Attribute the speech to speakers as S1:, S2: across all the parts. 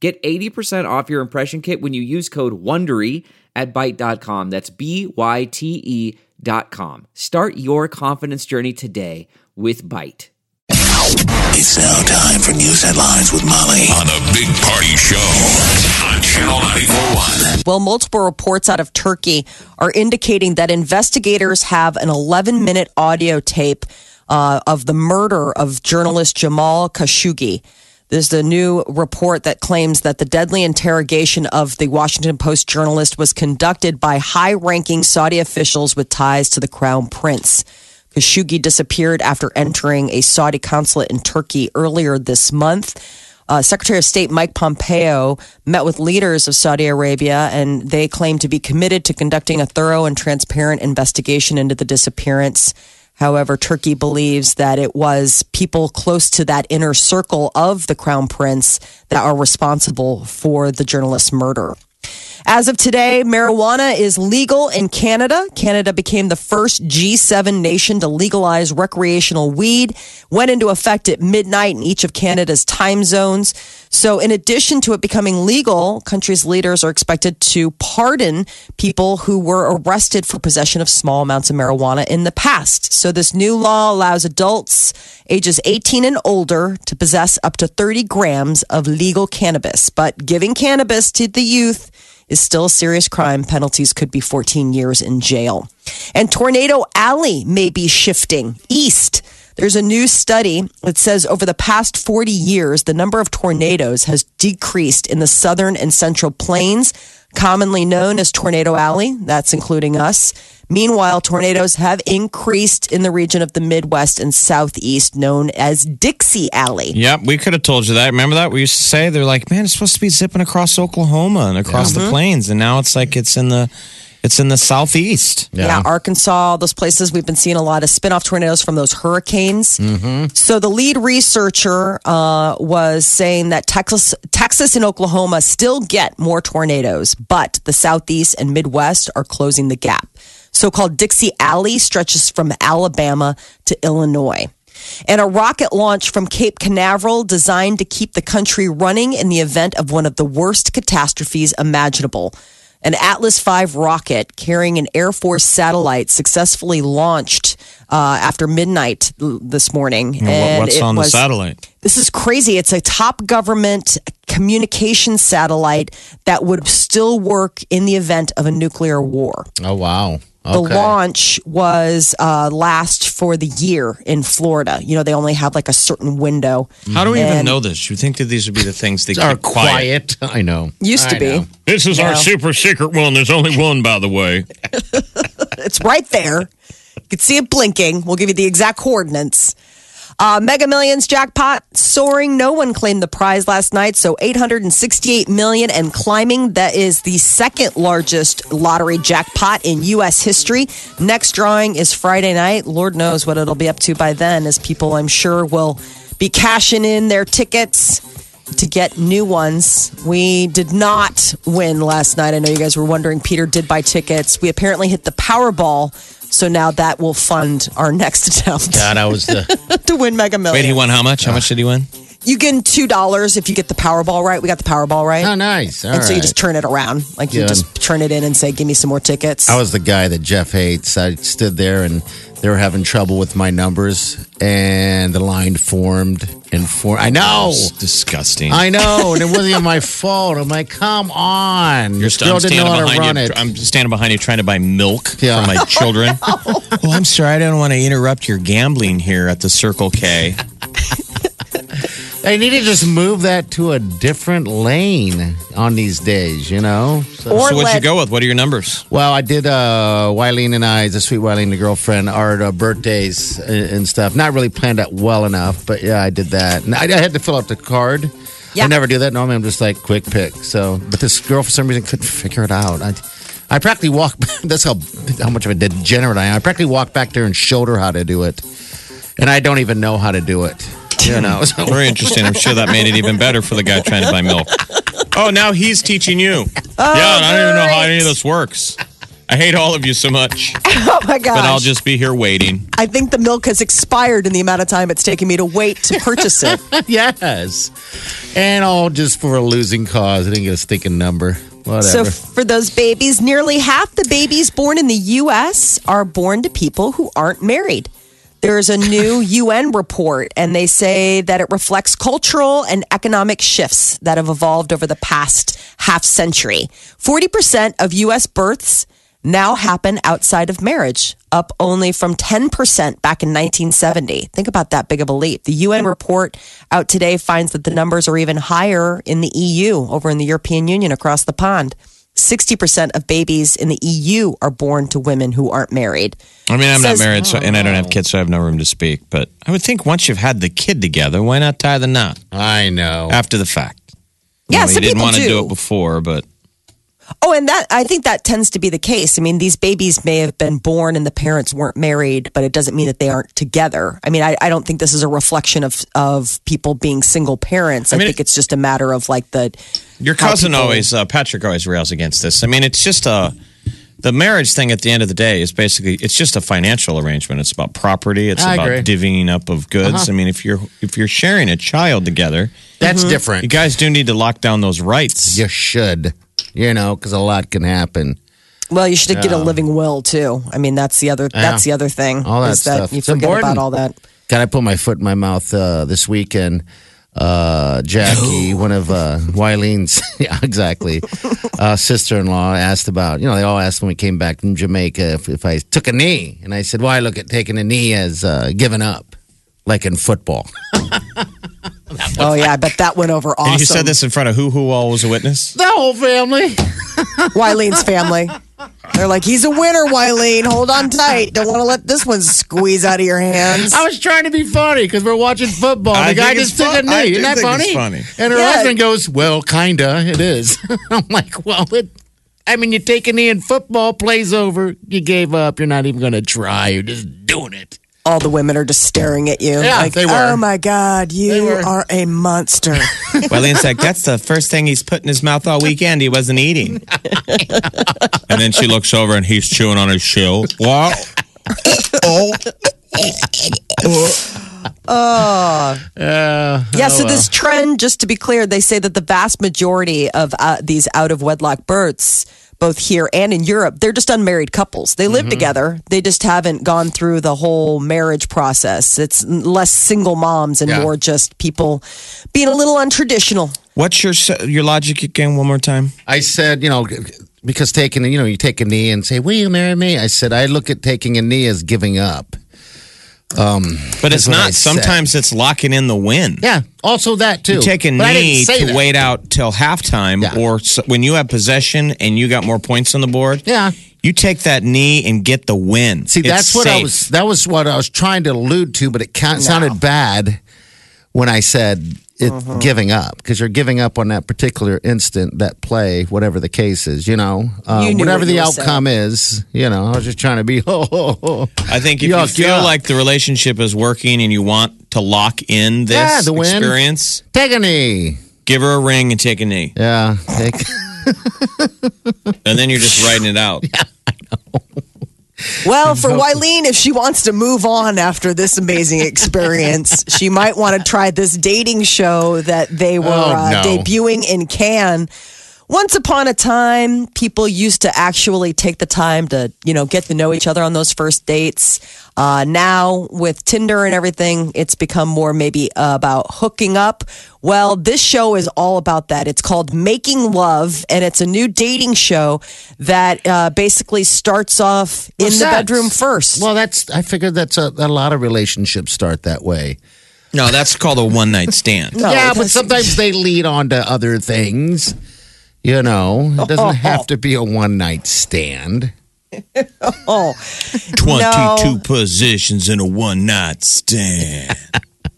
S1: Get 80% off your impression kit when you use code WONDERY at Byte.com. That's b y t e dot com. Start your confidence journey today with Byte.
S2: It's now time for news headlines with Molly on the Big Party Show on Channel 941.
S3: Well, multiple reports out of Turkey are indicating that investigators have an 11 minute audio tape uh, of the murder of journalist Jamal Khashoggi. There's the new report that claims that the deadly interrogation of the Washington Post journalist was conducted by high ranking Saudi officials with ties to the crown prince. Khashoggi disappeared after entering a Saudi consulate in Turkey earlier this month. Uh, Secretary of State Mike Pompeo met with leaders of Saudi Arabia, and they claim to be committed to conducting a thorough and transparent investigation into the disappearance. However, Turkey believes that it was people close to that inner circle of the crown prince that are responsible for the journalist's murder. As of today, marijuana is legal in Canada. Canada became the first G7 nation to legalize recreational weed, went into effect at midnight in each of Canada's time zones. So, in addition to it becoming legal, countries' leaders are expected to pardon people who were arrested for possession of small amounts of marijuana in the past. So, this new law allows adults ages 18 and older to possess up to 30 grams of legal cannabis. But giving cannabis to the youth is still a serious crime. Penalties could be 14 years in jail. And Tornado Alley may be shifting east. There's a new study that says over the past 40 years, the number of tornadoes has decreased in the southern and central plains, commonly known as Tornado Alley. That's including us. Meanwhile, tornadoes have increased in the region of the Midwest and Southeast, known as Dixie Alley.
S4: Yep, we could have told you that. Remember that? We used to say they're like, man, it's supposed to be zipping across Oklahoma and across
S3: Uh-huh.
S4: the plains, and now it's like it's in the it's in the southeast.
S3: Yeah. Arkansas, those places we've been seeing a lot of spin-off tornadoes from those hurricanes. So the lead researcher uh, was saying that Texas, Texas and Oklahoma still get more tornadoes, but the southeast and Midwest are closing the gap. So-called Dixie Alley stretches from Alabama to Illinois. And a rocket launch from Cape Canaveral designed to keep the country running in the event of one of the worst catastrophes imaginable. An Atlas V rocket carrying an Air Force satellite successfully launched uh, after midnight l- this morning.
S4: You know, what-
S3: And
S4: what's
S3: it
S4: on the
S3: was-
S4: satellite?
S3: this is crazy. It's a top government communication satellite that would still work in the event of a nuclear war.
S5: Oh wow.
S3: The
S5: Okay.
S3: launch was uh, last for the year in Florida. You know, they only have like a certain window.
S4: How do we even
S3: And-
S4: know this? You think that these would be the things they
S5: Are
S4: keep quiet?
S5: quiet. I know.
S3: Used to
S5: I
S3: be.
S5: know.
S4: This is
S3: No.
S4: super secret one. There's only one, by the way.
S3: It's right there. You can see it blinking. We'll give you the exact coordinates. Uh, Mega Millions jackpot soaring. No one claimed the prize last night, so 868 million and climbing. That is the second largest lottery jackpot in U.S. history. Next drawing is Friday night. Lord knows what it'll be up to by then, as people, I'm sure, will be cashing in their tickets to get new ones. We did not win last night. I know you guys were wondering. Peter did buy tickets. We apparently hit the Powerball. So now that will fund our next attempt
S5: God, I was the
S3: to win Mega
S4: Wait,
S3: Millions.
S4: he won how much? How much did he win?
S3: You get two dollars if you get the Powerball right. We got the Powerball right,
S5: oh nice. All
S3: and so you
S5: right.
S3: just turn it around. Like you
S5: Good.
S3: just turn it in and say, "Give me some more tickets."
S5: I was the guy that Jeff hates. I stood there and they were having trouble with my numbers, and the line formed and formed. I know.
S4: It's disgusting.
S5: I know, and it wasn't even my fault. I'm like, come on.
S4: You're
S5: This
S4: st- I'm
S5: girl didn't
S4: standing
S5: know how to
S4: behind
S5: run
S4: you.
S5: it.
S4: I'm standing behind you trying to buy milk
S5: Yeah.
S4: for my children. Well, I'm sorry. I don't want to interrupt your gambling here at the Circle K.
S5: They need to just move that to a different lane on these days, you know? So-
S3: or
S4: so what'd you
S3: let
S4: go with? What are your numbers?
S5: Well, I did. Uh, Wileen and I, the sweet Wileen, the girlfriend, our uh, birthdays and, and stuff. Not really planned out well enough, but yeah, I did that. And I, I had to fill out the card,
S3: Yeah.
S5: I never do that. Normally, I'm just like quick pick. So, but this girl for some reason couldn't figure it out. I, I practically walk. That's how how much of a degenerate I am. I practically walked back there and showed her how to do it, and I don't even know how to do it. You know, so
S4: Very interesting. I'm sure that made it even better for the guy trying to buy milk. Oh, now he's teaching you.
S3: Oh,
S4: yeah, and I don't even know how any of this works. I hate all of you so much,
S3: Oh my gosh.
S4: but I'll just be here waiting.
S3: I think the milk has expired in the amount of time it's taken me to wait to purchase it.
S5: yes, and all just for a losing cause. I didn't get a stinking number.
S3: so,
S5: Whatever.
S3: for those babies, nearly half the babies born in the U.S. are born to people who aren't married. There's a new UN report, and they say that it reflects cultural and economic shifts that have evolved over the past half century. 40% of U.S. births now happen outside of marriage, up only from 10% back in 1970. Think about that big of a leap. The UN report out today finds that the numbers are even higher in the EU, over in the European Union across the pond. 60% of babies in the EU are born to women who aren't married.
S4: I mean, I'm
S3: Says- oh.
S4: not married, so, and I don't have kids, so I have no room to speak. But I would think once you've had the kid together, why not tie the knot
S5: I know.
S4: after the fact?
S3: Yeah,
S4: I
S3: some
S4: didn't
S3: people
S4: want to
S3: do.
S4: do it before, but
S3: Oh, and that I think that tends to be the case. I mean, these babies may have been born and the parents weren't married, but it doesn't mean that they aren't together. I mean, I, I don't think this is a reflection of of people being single parents. I,
S4: mean,
S3: think it's just a matter of like the
S4: Your
S3: how
S4: cousin
S3: people-
S4: always, uh, Patrick always rails against this. I mean, it's just a, the marriage thing at the end of the day is basically, it's just a financial arrangement. It's about property. It's
S5: I
S4: about
S5: agree.
S4: divvying up of goods.
S3: Uh-huh.
S4: I mean, if you're, if you're sharing a child together,
S5: That's
S4: you
S5: different.
S4: guys do need to lock down those rights.
S5: You should. You know, because a lot can happen.
S3: well, you should get a living will too. I mean, that's the other that's the other thing.
S5: All that
S3: is that
S5: stuff.
S3: you
S5: It's
S3: forget about
S5: important.
S3: all that.
S5: God, I put my foot in my mouth uh, this weekend. Uh, Jackie, one of uh, Wylene's, yeah, exactly, uh, sister-in-law asked about. You know, they all asked when we came back from Jamaica if, if I took a knee, and I said, "Well, I look at taking a knee as uh, giving up, like in football."
S3: Oh yeah, I bet that went over awesome.
S4: And you said this in front of who, who all was a witness?
S5: the whole family.
S3: Wylene's family. They're like, he's a winner, Wylene. Hold on tight. Don't want to let this one squeeze out of your hands.
S5: I was trying to be funny because we're watching football.
S4: I
S5: The guy
S4: think
S5: just
S4: it's
S5: took a
S4: fun-
S5: knee.
S4: I do
S5: Isn't that
S4: think
S5: funny?
S4: it's funny.
S5: And her
S3: Yeah.
S5: husband goes, "Well, kinda, it is." I'm like, "Well, it." I mean, you take a knee and football plays over. You gave up. You're not even going to try. You're just doing it.
S3: all the women are just staring at you.
S5: Yeah,
S3: like,
S5: they were.
S3: Oh my God, you
S5: were.
S3: are a monster.
S4: Well, Ian's like, that's the first thing he's put in his mouth all weekend. He wasn't eating. and then she looks over and he's chewing on his shoe. What?
S5: Uh, Oh,
S3: yeah, so this trend, just to be clear, they say that the vast majority of uh, these out of wedlock births, both here and in Europe, they're just unmarried couples. They live
S5: Mm-hmm.
S3: together, they just haven't gone through the whole marriage process. It's less single moms and
S5: Yeah.
S3: more just people being a little untraditional.
S4: What's your your logic again? One more time.
S5: I said, you know, because taking, you know, you take a knee and say, "Will you marry me?" I said, I look at taking a knee as giving up.
S4: But it's
S5: what
S4: not.
S5: I said.
S4: Sometimes it's locking in the win.
S5: Yeah. Also that too.
S4: You take a
S5: But I didn't
S4: knee
S5: say
S4: to
S5: that.
S4: wait out till halftime,
S5: Yeah.
S4: or s when you have possession and you got more points on the board.
S5: Yeah.
S4: you take that knee and get the win.
S5: See,
S4: It's
S5: that's what I
S4: safe.
S5: was. That was what I was trying to allude to, but it ca- sounded bad when I said it
S3: Mm-hmm.
S5: giving up because you're giving up on that particular instant, that play, whatever the case is. You know, uh,
S3: You knew
S5: whatever
S3: what
S5: the
S3: you were
S5: outcome is. You know, I was just trying to be. Oh, oh, oh.
S4: I think if
S5: Yuck,
S4: you feel
S5: yuck.
S4: like the relationship is working and you want to lock in this
S5: Yeah, the win.
S4: experience,
S5: take a knee.
S4: give her a ring and take a knee,
S5: Yeah, take.
S4: and then you're just writing it out.
S3: Well, for Wileen, if she wants to move on after this amazing experience, she might want to try this dating show that they were
S5: Oh,
S3: uh,
S5: no.
S3: debuting in Cannes. Once upon a time, people used to actually take the time to, you know, get to know each other on those first dates. Uh, now with Tinder and everything, it's become more maybe uh, about hooking up. Well, this show is all about that. It's called Making Love, and it's a new dating show that uh, basically starts off in the
S5: Sex.
S3: bedroom first.
S5: Well, that's. I figured that's a, a lot of relationships start that way.
S4: No, that's called a one night stand.
S3: No,
S5: yeah, but
S3: that's-
S5: sometimes they lead on to other things. You know, it doesn't have to be a one night stand.
S3: oh,
S4: 22
S3: No.
S4: positions in a one night stand.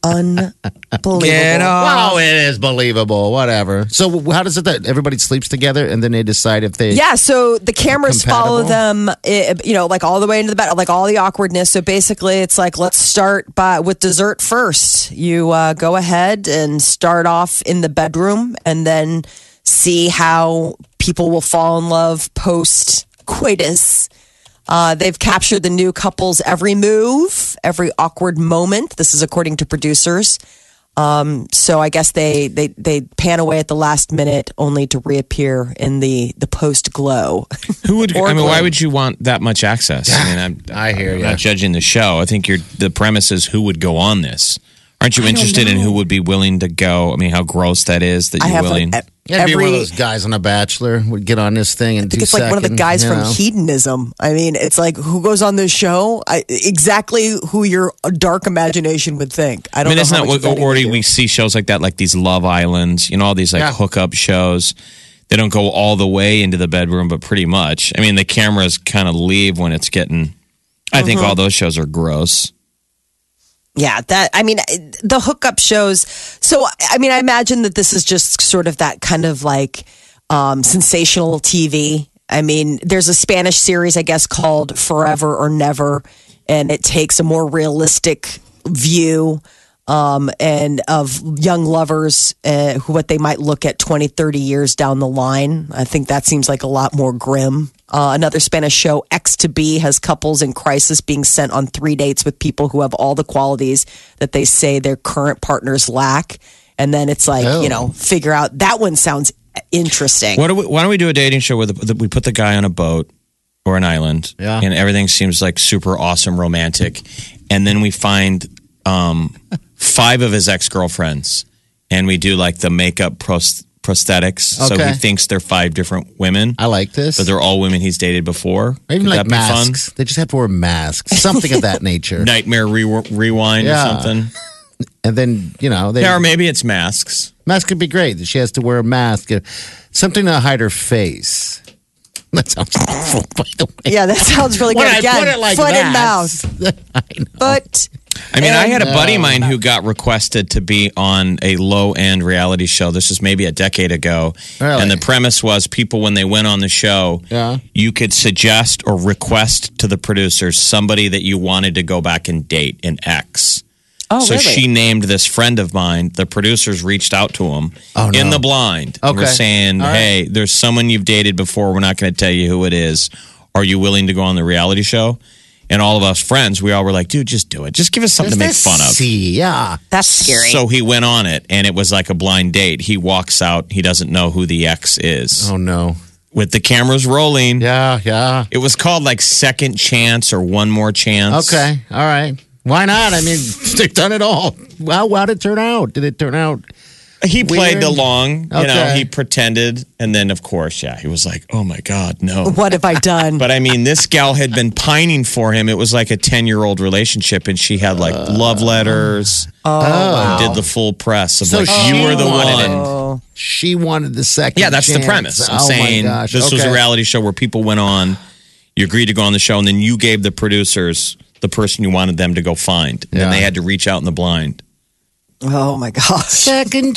S3: unbelievable.
S4: Get off.
S3: uh,
S5: Oh, it is believable. Whatever. So, how does it that everybody sleeps together and then they decide if they?
S3: Yeah, so the cameras
S5: Compatible?
S3: follow them, eh, you know, like all the way into the bed, like all the awkwardness. So basically, it's like let's start by with dessert first. You uh, go ahead and start off in the bedroom, and then see how people will fall in love post coitus. Uh, they've captured the new couple's every move, every awkward moment. This is according to producers. Um, so I guess they, they they pan away at the last minute, only to reappear in the the post glow.
S4: Who would? I mean, why
S3: Horrible.
S4: would you want that much access? I mean, I'm,
S5: I hear
S4: I'm
S5: ya.
S4: Not judging the show. I think you're, the premise is who would go on this. Aren't you interested in who would be willing to go? I mean, how gross that is that
S3: I
S4: you're
S3: have
S4: willing.
S3: like, e-
S5: You gotta
S3: every.
S5: be one of those guys on a bachelor would get on this thing and do
S3: it's like one of the guys from hedonism. I mean, it's like who goes on this show? I, exactly who your dark imagination would think. I
S4: I
S3: don't
S4: mean,
S3: know.
S4: it's
S3: how
S4: not
S3: much
S4: what
S3: of that
S4: already
S3: you
S4: we see shows like that, like these Love Islands, you know, all these like
S5: Yeah.
S4: hookup shows. They don't go all the way into the bedroom, but pretty much. I mean, the cameras kind of leave when it's getting. I think
S3: Uh-huh.
S4: all those shows are gross.
S3: Yeah, that I mean eh, the hookup shows. So I mean I imagine that this is just sort of that kind of like um, sensational TV. I mean, there's a Spanish series I guess called Forever or Never, and it takes a more realistic view um, and of young lovers uh, who what they might look at 20 30 years down the line i think that seems like a lot more grim uh, another spanish show x to b has couples in crisis being sent on three dates with people who have all the qualities that they say their current partners lack and then it's like
S5: Oh.
S3: you know figure out that one sounds interesting
S4: Why don't we, why don't we do a dating show where the, we put the guy on a boat or an island,
S5: Yeah.
S4: and everything seems like super awesome, romantic, and then we find um, five of his ex girlfriends, and we do like the makeup pros- prosthetics, so
S5: Okay.
S4: he thinks they're five different women,
S5: I like this.
S4: but they're all women he's dated before.
S5: Or even
S4: Could that
S5: like
S4: be fun?
S5: masks. They just have to wear masks, something of that nature.
S4: Nightmare re- rewind
S5: Yeah.
S4: or something.
S5: And then you know, they,
S4: Yeah, or maybe it's masks.
S5: mask could be great. She has to wear a mask, uh, something to hide her face. That sounds awful, by the way.
S3: yeah that sounds really good
S5: When I
S3: again
S5: put it like
S3: foot
S5: that, Oh.
S3: and mouth but
S4: I mean, I had a
S5: And,
S4: buddy of
S5: uh,
S4: mine who got requested to be on a low end reality show. This is maybe a decade ago.
S5: Really?
S4: And the premise was people, when they went on the show,
S5: Yeah.
S4: you could suggest or request to the producers somebody that you wanted to go back and date in X.
S3: oh
S4: so she named this friend of mine. The producers reached out to him
S5: Oh,
S4: in
S5: no.
S4: the blind. and We're
S5: Okay.
S4: saying,
S5: All right.
S4: hey, there's someone you've dated before. We're not going to tell you who it is. Are you willing to go on the reality show? And all of us friends, we all were like, dude, just do it. Just give us something to make fun of.
S5: See, yeah.
S3: that's scary
S4: So he went on it, and it was like a blind date. He walks out. He doesn't know who the ex is.
S5: Oh no.
S4: With the cameras rolling,
S5: Yeah, yeah.
S4: it was called like Second Chance or One More Chance.
S5: Okay, all right. Why not? I mean, they've done it all. Well, how'd it turn out? Did it turn out?
S4: He played
S5: Weird.
S4: along. You know,
S5: Okay.
S4: he pretended, and then of course, yeah, he was like, "Oh my God, no."
S3: what have i done
S4: But I mean, this gal had been pining for him. It was like a 10 year old relationship, and she had like love letters and did the full press of
S5: Oh, So
S4: like,
S5: she
S4: you were the
S5: wanted it.
S4: one.
S5: She wanted the second.
S4: Oh. Yeah, that's the
S5: chance.
S4: premise. I'm
S5: oh
S4: saying
S5: my gosh.
S4: this was a
S5: Okay.
S4: reality show where people went on, you agreed to go on the show, and then you gave the producers the person you wanted them to go find. And then
S5: Yeah.
S4: they had to reach out in the blind.
S3: oh my gosh
S5: Second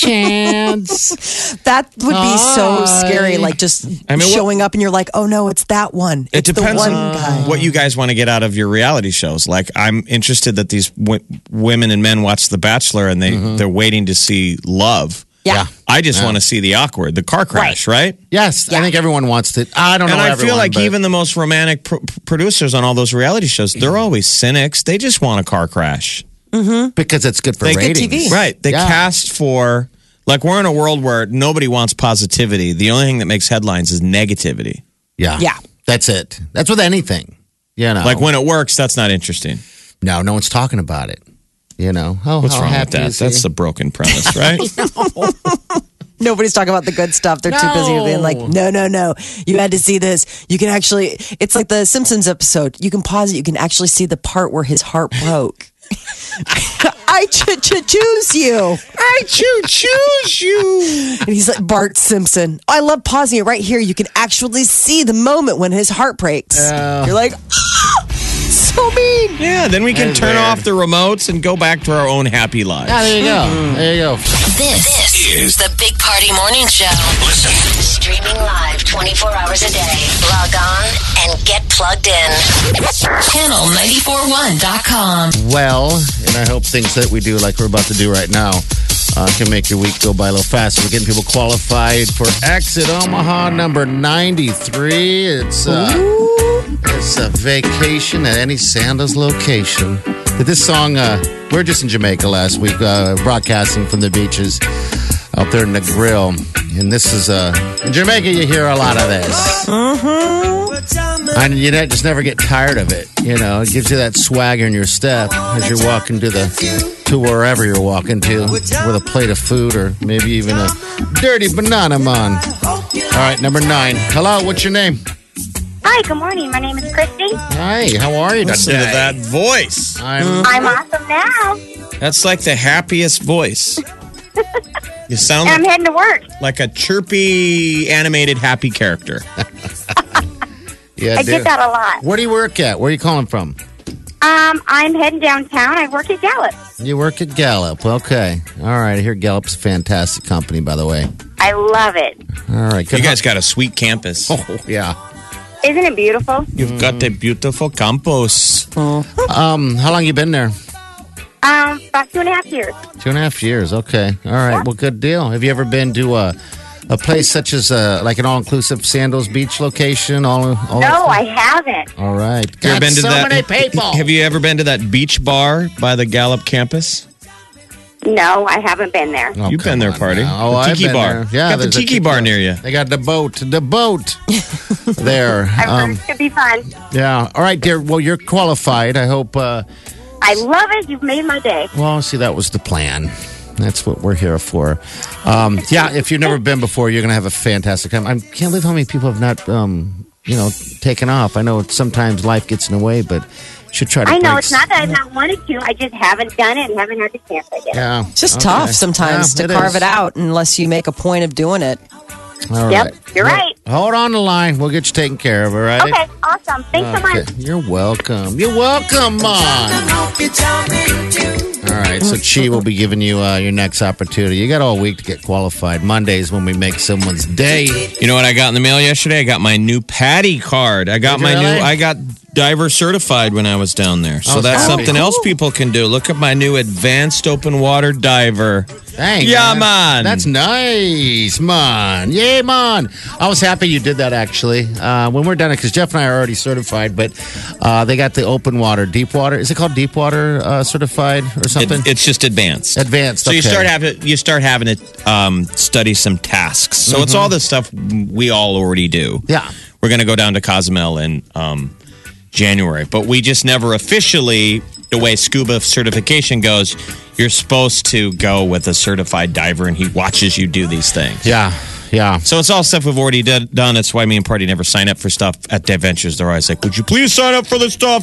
S5: chance.
S3: That would be so
S5: Hi.
S3: scary. Like just
S4: I mean, what-
S3: showing up and you're like, oh no, it's that one.
S4: It
S3: It's
S4: depends
S3: the one
S4: on
S3: guy.
S4: what you guys want to get out of your reality shows. Like, I'm interested that these w- women and men watch The Bachelor and they, they're waiting to see love.
S3: Yeah.
S4: I just want to see the awkward, the car crash, right?
S5: yes, I think everyone wants to. I don't
S4: And
S5: know.
S4: I
S5: everyone,
S4: feel like
S5: but-
S4: even the most romantic pr- producers on all those reality shows, they're always cynics. They just want a car crash.
S5: because it's good for
S4: They-
S5: ratings,
S4: Right. They
S5: Yeah.
S4: cast for, like, we're in a world where nobody wants positivity. The only thing that makes headlines is negativity.
S5: Yeah,
S3: Yeah.
S5: That's it. That's with anything. You know,
S4: Like, when it works, that's not interesting.
S5: no, no one's talking about it. You know, oh,
S4: What's
S5: how
S4: wrong with
S5: happy
S4: that?
S5: is he?
S4: That's the broken premise, right?
S3: Nobody's talking about the good stuff. They're too busy being like, no, no, no. You had to see this. You can actually. It's like the Simpsons episode. You can pause it. You can actually see the part where his heart broke. I ch- ch- choose you.
S4: I choo choose you.
S3: And he's like Bart Simpson. I love pausing it right here. You can actually see the moment when his heart breaks. You're like, "Ah!"
S5: so mean.
S4: Yeah, then we can
S5: That's
S4: turn
S5: weird.
S4: off the remotes and go back to our own happy lives.
S5: Ah, there you
S4: Hmm.
S5: go. There you go.
S6: This, is the Big Party Morning Show.
S2: Listen.
S6: Streaming live 24 hours a day. Log on and get plugged in. Channel941.com.
S5: well, and I hope things that we do, like we're about to do right now, uh, can make your week go by a little faster. We're getting people qualified for Exit Omaha number 93. It's, uh, it's a vacation at any Sandals location. Did This song, uh, we are just in Jamaica last week, uh, broadcasting from the beaches out there in the grill. And this is, uh, in Jamaica, you hear a lot of this. And you ne- just never get tired of it. You know, it gives you that swagger in your step as you're walking to the to wherever you're walking to with a plate of food or maybe even a dirty banana man. All right, number nine. Hello, what's your name?
S7: Hi, good morning. My name is Christy.
S5: Hi, how are you
S4: Listen
S5: today?
S4: to that voice.
S5: I'm,
S7: I'm awesome now,
S4: That's like the happiest voice. You sound
S7: and I'm
S4: like,
S7: heading to work.
S4: like a chirpy animated happy character.
S5: yeah,
S7: I
S5: dude.
S7: get that a lot.
S5: Where do you work at? Where are you calling from?
S7: Um, I'm heading downtown. I work at Gallup.
S5: You work at Gallup. Okay. All right. I hear Gallup's a fantastic company, by the way.
S7: I love it.
S5: All right.
S4: You
S5: Good
S4: guys got a sweet campus.
S5: Oh, yeah.
S7: Isn't it beautiful?
S4: You've got a beautiful campus.
S5: Um, how long you been there?
S7: Um, about two and a half years.
S5: Two and a half years. Okay. All right. Well, good deal. Have you ever been to a a place such as uh like an all inclusive Sandals Beach location? All, all
S7: No, I haven't.
S5: All right.
S4: You ever
S5: God,
S4: been to
S5: so
S4: that?
S5: many people.
S4: Have you ever been to that beach bar by the Gallup campus?
S7: No, I haven't been there.
S5: Oh,
S4: You've
S5: come
S4: been there,
S5: on
S4: party.
S5: now. Oh,
S4: The
S5: I've
S4: tiki
S5: been
S4: bar.
S5: there. Yeah,
S4: got the
S5: there's a
S4: tiki bar near you.
S5: They got the boat. The boat. there.
S7: I heard
S5: Um,
S7: it should be fun.
S5: yeah. All right, dear. Well, you're qualified. I hope. Uh,
S7: I love it. You've made my day.
S5: Well, see, that was the plan. That's what we're here for. Um, yeah, if you've never been before, you're going to have a fantastic time. I can't believe how many people have not, um, you know, taken off. I know sometimes life gets in the way, but you should try to.
S7: I know
S5: break
S7: it's not that I've not wanted to. I just haven't done it and haven't had the chance. I guess.
S5: Yeah.
S3: It's just tough sometimes to carve it out unless you make a point of doing it.
S5: All
S7: Yep,
S5: right.
S7: you're right.
S5: Hold on the line. We'll get you taken care of. All right.
S7: Okay, awesome. Thanks so much.
S5: Okay. You're welcome. You're welcome, Mom. All right, so Chi will be giving you uh, your next opportunity. You got all week to get qualified. Mondays when we make someone's day.
S4: You know what I got in the mail yesterday? I got my new patty card. I got
S5: Did
S4: my
S5: you really?
S4: new I got diver certified when I was down there. So
S5: Oh,
S4: that's
S5: cool.
S4: something else people can do. Look at my new advanced open water diver.
S5: Dang.
S4: Yeah, man.
S5: That's nice, man. Yay, man. I was happy you did that, actually. Uh, when we're done, because Jeff and I are already certified, but uh, they got the open water, deep water. Is it called deep water uh, certified or
S4: It-
S5: something?
S4: it's just advanced.
S5: Advanced.
S4: So you
S5: okay.
S4: start having you start having to um, study some tasks. So it's all the stuff we all already do.
S5: Mm-hmm. Yeah.
S4: we're gonna go down to Cozumel in um, January, but we just never officially the way scuba certification goes. You're supposed to go with a certified diver, and he watches you do these things.
S5: Yeah. Yeah.
S4: So it's all stuff we've already did, done. That's why me and Party never sign up for stuff at the adventures. They're always like, "Would you please sign up for this stuff?"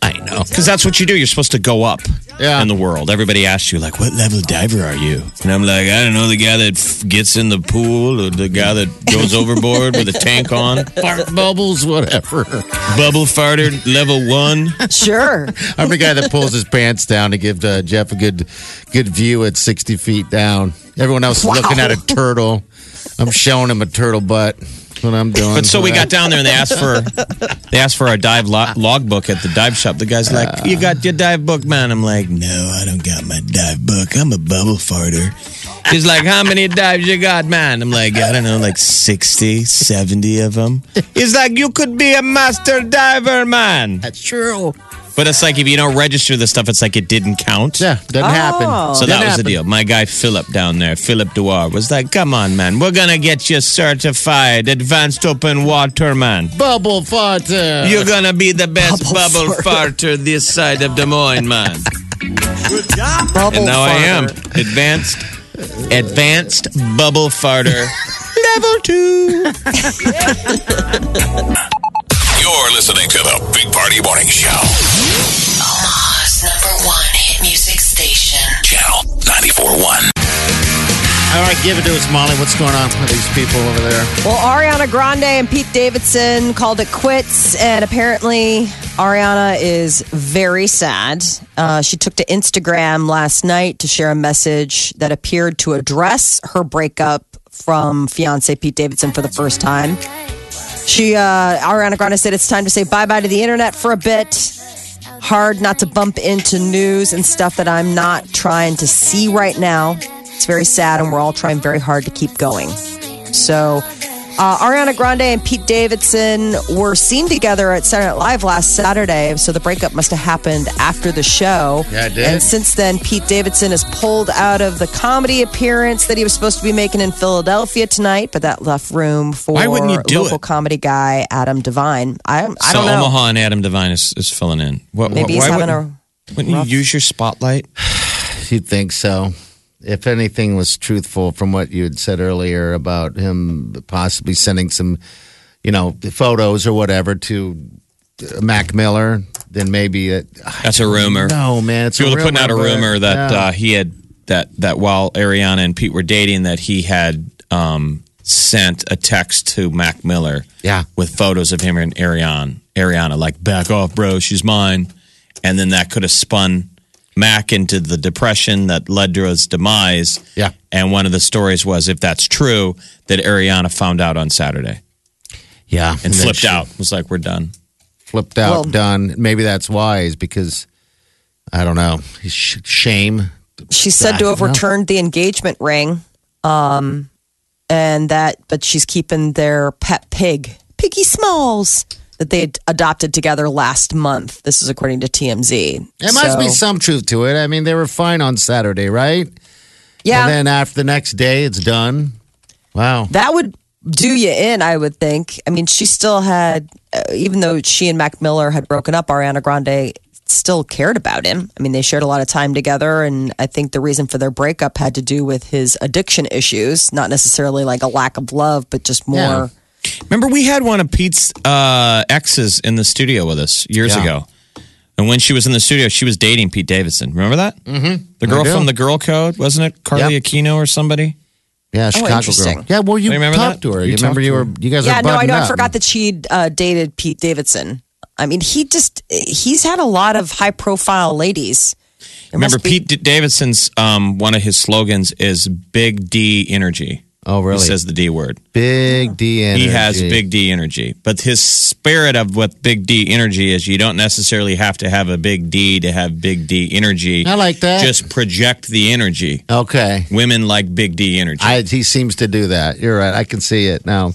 S5: I know.
S4: Because that's what you do. You're supposed to go up
S5: Yeah.
S4: in the world. Everybody asks you, like, what level diver are you? And I'm like, I don't know, the guy that f- gets in the pool or the guy that goes overboard with a tank on.
S5: Fart bubbles, whatever.
S4: Bubble farter, level one.
S3: Sure.
S5: I'm the guy that pulls his pants down to give uh, Jeff a good, good view at 60 feet down. Everyone else is looking at a turtle. I'm showing him a turtle butt. That's what I'm doing.
S4: But so we got down there and they asked for they asked for our dive lo- logbook at the dive shop. The guy's like, "You got your dive book, man?" I'm like, "No, I don't got my dive book. I'm a bubble farter." He's like, "How many dives you got, man?" I'm like, "I don't know, like 60, 70 of them." He's like, "You could be a master diver, man."
S5: That's true.
S4: But it's like if you don't register the stuff, it's like it didn't count.
S5: Yeah, doesn't happen.
S4: So that was
S5: Didn't
S4: the
S5: happen.
S4: deal. My guy Philip down there, Philip Dewar, was like, "Come on, man, we're gonna get you certified advanced open water, man."
S5: Bubble farter.
S4: You're gonna be the best
S3: Bubble
S4: bubble, farter this side of Des Moines, man.
S3: Bubble
S4: and now I am
S3: farter.
S4: advanced, advanced bubble farter. Level two.
S2: You're listening to the Big Party Morning Show.
S6: Omaha's number one hit music station.
S2: Channel 94.1.
S5: All right, give it to us, Molly. What's going on with these people over there?
S3: Well, Ariana Grande and Pete Davidson called it quits, and apparently Ariana is very sad. Uh, she took to Instagram last night to share a message that appeared to address her breakup from fiance Pete Davidson for the first time. She, uh, Ariana Grande said it's time to say bye bye to the internet for a bit. Hard not to bump into news and stuff that I'm not trying to see right now. It's very sad, and we're all trying very hard to keep going. So, uh, Ariana Grande and Pete Davidson were seen together at Saturday Night Live last Saturday, so the breakup must have happened after the show.
S5: Yeah, it did.
S3: And since then, Pete Davidson is pulled out of the comedy appearance that he was supposed to be making in Philadelphia tonight, but that left room for
S4: Why wouldn't you do
S3: local
S4: it?
S3: comedy guy Adam Devine. I, I
S4: so
S3: don't know.
S4: Omaha and Adam Devine is, is filling in. What, what-
S3: Maybe he's
S4: why
S3: having
S4: wouldn't, wouldn't you use your spotlight?
S5: You'd think so. If anything was truthful from what you had said earlier about him possibly sending some, you know, photos or whatever to uh, Mac Miller, then maybe it.
S4: That's a rumor.
S5: No, man, it's
S4: People
S5: a
S4: are putting out a
S5: rumor, but-
S4: rumor that
S5: Yeah.
S4: uh, he had that that while Ariana and Pete were dating, that he had um, sent a text to Mac Miller,
S5: Yeah.
S4: with photos of him and Ariana, Ariana like back off, bro, she's mine, and then that could have spun Mac into the depression that led to his demise.
S5: Yeah.
S4: and one of the stories was if that's true, that Ariana found out on Saturday
S5: yeah,
S4: and
S5: then
S4: flipped
S5: she
S4: out, was like, we're done.
S5: flipped out,
S3: Well-
S5: done. Maybe that's why is because I don't know sh- shame.
S3: She's said to have
S5: Wow.
S3: returned the engagement ring, um, and that, but she's keeping their pet pig, Piggy Smalls, that they had adopted together last month. This is according to TMZ.
S5: There must be
S3: So-
S5: some truth to it. I mean, they were fine on Saturday, right?
S3: Yeah,
S5: And then after the next day, it's done. Wow.
S3: that would do you in, I would think. I mean, she still had, uh, even though she and Mac Miller had broken up, Ariana Grande still cared about him. I mean, they shared a lot of time together, and I think the reason for their breakup had to do with his addiction issues, not necessarily like a lack of love, but just more.
S5: Yeah.
S4: Remember, we had one of Pete's uh, exes in the studio with us years
S5: Yeah.
S4: ago. And when she was in the studio, she was dating Pete Davidson. Remember that? Mm-hmm. The girl
S5: I do.
S4: from the Girl Code, wasn't it? Carly
S5: Yep.
S4: Aquino or somebody?
S5: Yeah, Chicago
S3: Oh, interesting.
S5: girl. Yeah, well, you
S4: Do you remember
S5: talked
S4: that?
S5: to her.
S4: You
S5: You, remember
S4: talked
S5: you
S4: to
S5: were you guys
S3: Yeah,
S5: were
S3: no, I
S5: buttoned
S3: know. I
S5: up.
S3: forgot that she uh, dated Pete Davidson. I mean, he just he's had a lot of high profile ladies. There
S4: Remember,
S3: must be-
S4: Pete D- Davidson's um, one of his slogans is Big D energy.
S5: Oh, really?
S4: He says the D word.
S5: Big D energy.
S4: He has Big D energy. But his spirit of what Big D energy is, you don't necessarily have to have a Big D to have Big D energy.
S5: I like that.
S4: Just project the energy.
S5: Okay,
S4: Women like Big D energy.
S5: I, he seems to do that. You're right. I can see it now.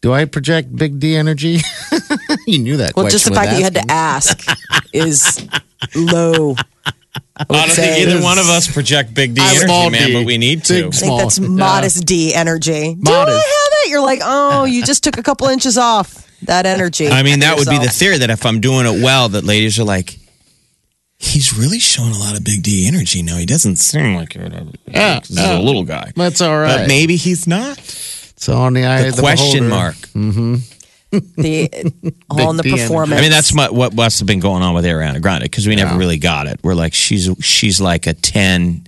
S5: Do I project Big D energy? you knew that.
S3: Well,
S5: question
S3: just the
S5: was
S3: fact that you had
S5: asking.
S3: to ask is low. I, would
S4: I don't
S3: say.
S4: think either one of us project big D
S5: I
S4: energy,
S5: small
S4: man,
S5: D.
S4: but we need to.
S5: Big
S3: I think that's
S5: small.
S3: modest D energy. Do I
S5: Modest.
S3: have it? You're like, oh, you just took a couple inches off that energy.
S4: I mean, that would be the
S3: Yourself.
S4: theory that if I'm doing it well, that ladies are like, he's really showing a lot of big D energy now. He doesn't seem like it.
S5: Yeah,
S4: He's a little guy.
S5: That's all right.
S4: But maybe he's not.
S5: It's on the eye
S4: The
S5: of the
S4: question
S5: beholder.
S4: mark.
S3: the all in the
S5: Big D energy.
S3: performance.
S4: I mean, that's my, what must have been going on with Ariana Grande because we never really got it. We're like, she's she's like a 10.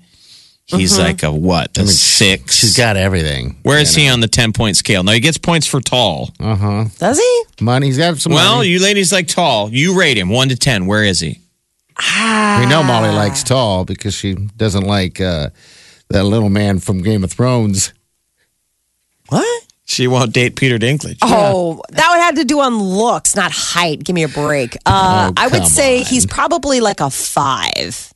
S4: He's like a what? A six.
S5: Mm-hmm. She's got everything.
S4: Where is he on the 10 point scale? Now, he gets points for tall.
S3: does he?
S5: Money. He's got some
S4: Well,
S5: money.
S4: you ladies like tall. You rate him one to ten. Where is he?
S5: we know Molly
S3: Ah.
S5: likes tall because she doesn't like uh, that little man from Game of Thrones.
S3: What?
S4: She won't date Peter Dinklage.
S3: Oh, that would have to do on looks, not height. Give me a break. Uh,
S5: Oh,
S3: I would
S5: come
S3: say
S5: on.
S3: he's probably like a five.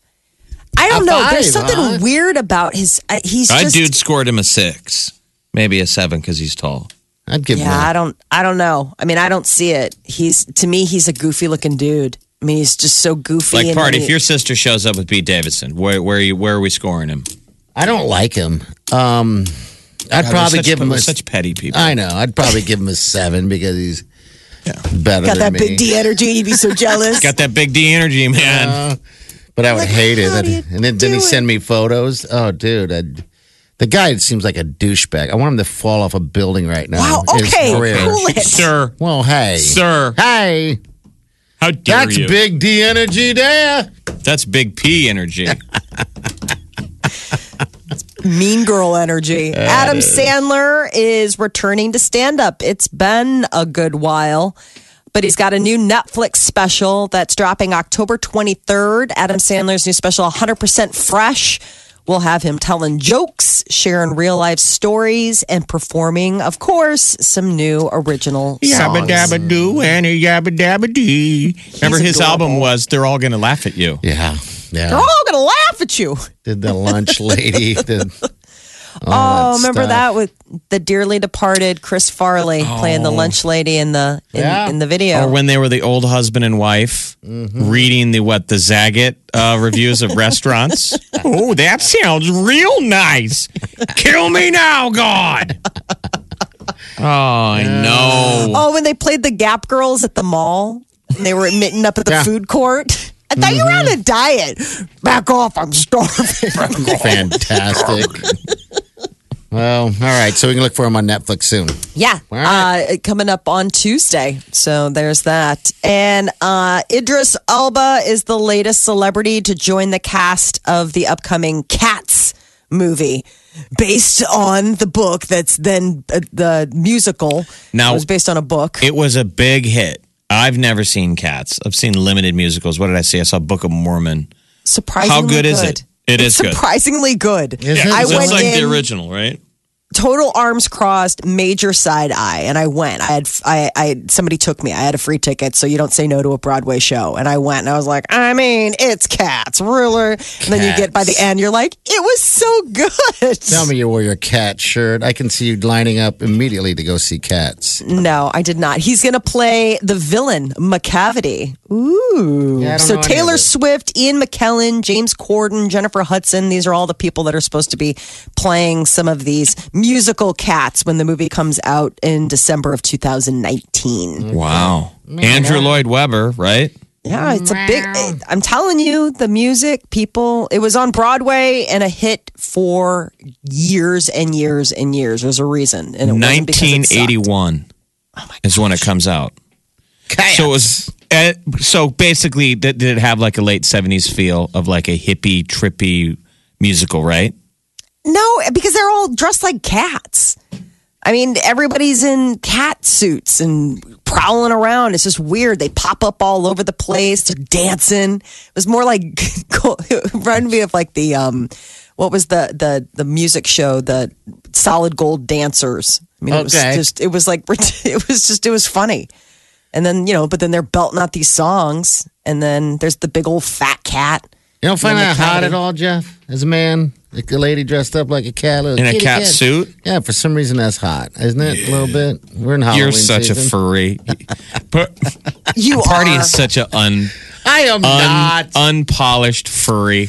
S3: I don't
S5: A
S3: know.
S5: five,
S3: There's something
S5: huh?
S3: weird about his. Uh, he's
S4: I
S3: just.
S4: dude scored him a six, maybe a seven because he's tall.
S5: I'd give
S3: yeah, I
S5: him.
S3: don't. I don't know. I mean, I don't see it. He's to me, he's a goofy looking dude. I mean, he's just so goofy.
S4: Like,
S3: and
S4: part
S3: when
S4: if
S3: he-
S4: your sister shows up with Pete Davidson, where where are you, where are we scoring him?
S5: I don't like him. Um, I'd
S4: God,
S5: probably
S4: we're such,
S5: give him
S4: we're
S5: a
S4: such petty people.
S5: I know. I'd probably give him a seven because he's better
S3: got that
S5: than me.
S3: big D energy, you'd be so jealous.
S4: Got that big D energy, man.
S5: But I would
S3: Like,
S5: hate it.
S3: how do you
S5: and then, then
S3: do
S5: he
S3: it?
S5: send me photos. Oh, dude, I'd, the guy seems like a douchebag. I want him to fall off a building right now.
S3: wow.
S5: in his
S3: Okay.
S5: career.
S3: Cool it.
S4: sir,
S5: Well, hey,
S4: sir,
S5: hey,
S4: how dare
S5: that's
S4: you?
S5: big D energy there.
S4: That's big P energy.
S3: mean girl energy. Adam Sandler is returning to stand up. It's been a good while, but he's got a new Netflix special that's dropping October 23rd. Adam Sandler's new special, 100% fresh. We'll have him telling jokes, sharing real life stories, and performing, of course, some new original
S4: Yabba
S3: songs.
S4: dabba doo and a yabba dabba dee. Remember his
S3: adorable.
S4: album was "They're All Gonna Laugh at You."
S5: Yeah.
S3: They're
S5: Yeah.
S3: all going to laugh at you.
S5: Did the lunch lady. Did,
S3: Oh,
S5: that
S3: remember
S5: stuff.
S3: that with the dearly departed Chris Farley playing the
S5: Oh.
S3: lunch lady in the in,
S5: Yeah.
S3: in the video.
S4: Or when they were the old husband and wife
S3: Mm-hmm.
S4: reading the what the Zagat uh, reviews of restaurants. oh, that sounds real nice. Kill me now, God. Oh, I know.
S3: oh, when they played the Gap Girls at the mall and they were admitting up at the
S5: Yeah.
S3: food court. I thought you were on a diet. Back off! I'm starving.
S5: Fantastic. well, all right. So we can look for him on Netflix soon.
S3: yeah, uh, coming up on Tuesday. So there's that. And uh, Idris Elba is the latest celebrity to join the cast of the upcoming Cats movie, based on the book. That's then uh, the musical.
S4: Now-
S3: it was based on a book.
S4: It was a big hit. I've never seen Cats. I've seen limited musicals. What did I see? I saw Book of Mormon.
S3: surprisingly
S4: How good is it? It
S3: It's
S4: is good.
S3: surprisingly good.
S5: Is it?
S3: I
S5: So
S3: went
S4: It's like
S3: in
S4: the original, right?
S3: total arms crossed, major side eye, and I went. I had I, I somebody took me. I had a free ticket, so you don't say no to a Broadway show. And I went, and I was like, I mean, it's cats, ruler. And then you get by the end, you're like, it was so good.
S5: Tell me you wore your cat shirt. I can see you lining up immediately to go see cats.
S3: No, I did not. He's going to play the villain, McCavity. Ooh.
S5: Yeah, I don't
S3: so
S5: know any
S3: Taylor
S5: of it.
S3: Swift, Ian McKellen, James Corden, Jennifer Hudson, these are all the people that are supposed to be playing some of these musical cats when the movie comes out in December of 2019.
S4: Wow. Andrew Lloyd Webber, right?
S3: Yeah, it's a big I'm telling you, the music, people, it was on Broadway and a hit for years and years and years. There's a reason. And it wasn't because it sucked. Oh
S4: 1981 is when it comes out. So it was. Uh, so basically, did, did it have like a late 70s feel of like a hippie, trippy musical, right?
S3: No, because they're all dressed like cats. I mean, everybody's in cat suits and prowling around. It's just weird. They pop up all over the place. They're dancing. It was more like it reminded me of like the um, what was the the the music show, the Solid Gold Dancers. I mean, it was
S5: Okay.
S3: just it was like it was just it was funny. And then you know, but then they're belting out these songs, and then there's the big old fat cat.
S5: You don't find
S3: Remember
S5: that hot
S3: Cloudy?
S5: at all, Jeff? As a man, like a lady dressed up like a cat little
S4: In a
S5: kitty
S4: cat
S5: cat.
S4: suit?
S5: Yeah, for some reason that's hot, isn't it? A little bit. We're in Halloween.
S4: You're such a
S5: season.
S4: furry. Par-
S3: You
S4: Party
S3: are
S4: is such a un,
S5: I am
S4: un
S5: not.
S4: unpolished furry.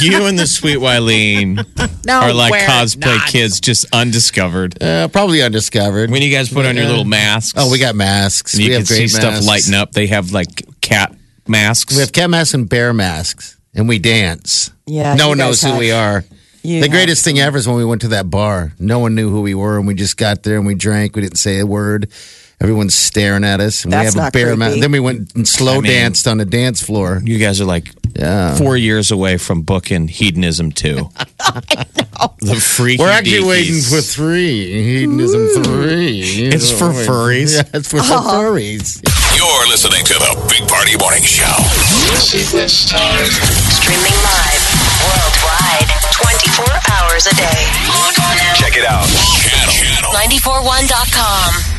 S4: you and the sweet Wileen
S5: No,
S4: are like
S5: we're
S4: cosplay
S5: not.
S4: kids, just undiscovered.
S5: Uh, probably undiscovered.
S4: When you guys put on your
S5: Yeah.
S4: little masks,
S5: oh, we got masks.
S4: and
S5: we
S4: you can
S5: have
S4: see
S5: great
S4: stuff
S5: masks.
S4: lighten up. They have like cat masks.
S5: We have cat masks and bear masks, and we dance.
S3: Yeah,
S5: no
S3: you
S5: one knows
S3: guys
S5: who we are.
S3: You
S5: the
S3: have-
S5: greatest thing ever is when we went to that bar. No one knew who we were, and we just got there and we drank. We didn't say a word. Everyone's staring at us. And we
S3: That's
S5: have a
S3: not
S5: bear
S3: creepy.
S5: mask. Then we went and slow
S4: I mean-
S5: danced on the dance floor.
S4: You guys are like four years away from booking Hedonism 2. The freaky
S5: We're
S4: deakies.
S5: actually waiting for three. Hedonism three. Oh,
S4: It's for furries.
S5: Yeah, it's for, for
S3: Uh-huh.
S5: furries.
S2: You're listening to the Big Party Morning Show.
S8: Sequence time.
S6: Streaming live worldwide 24 hours a day. Log on now.
S2: Check it out. Channel.
S6: 941.com.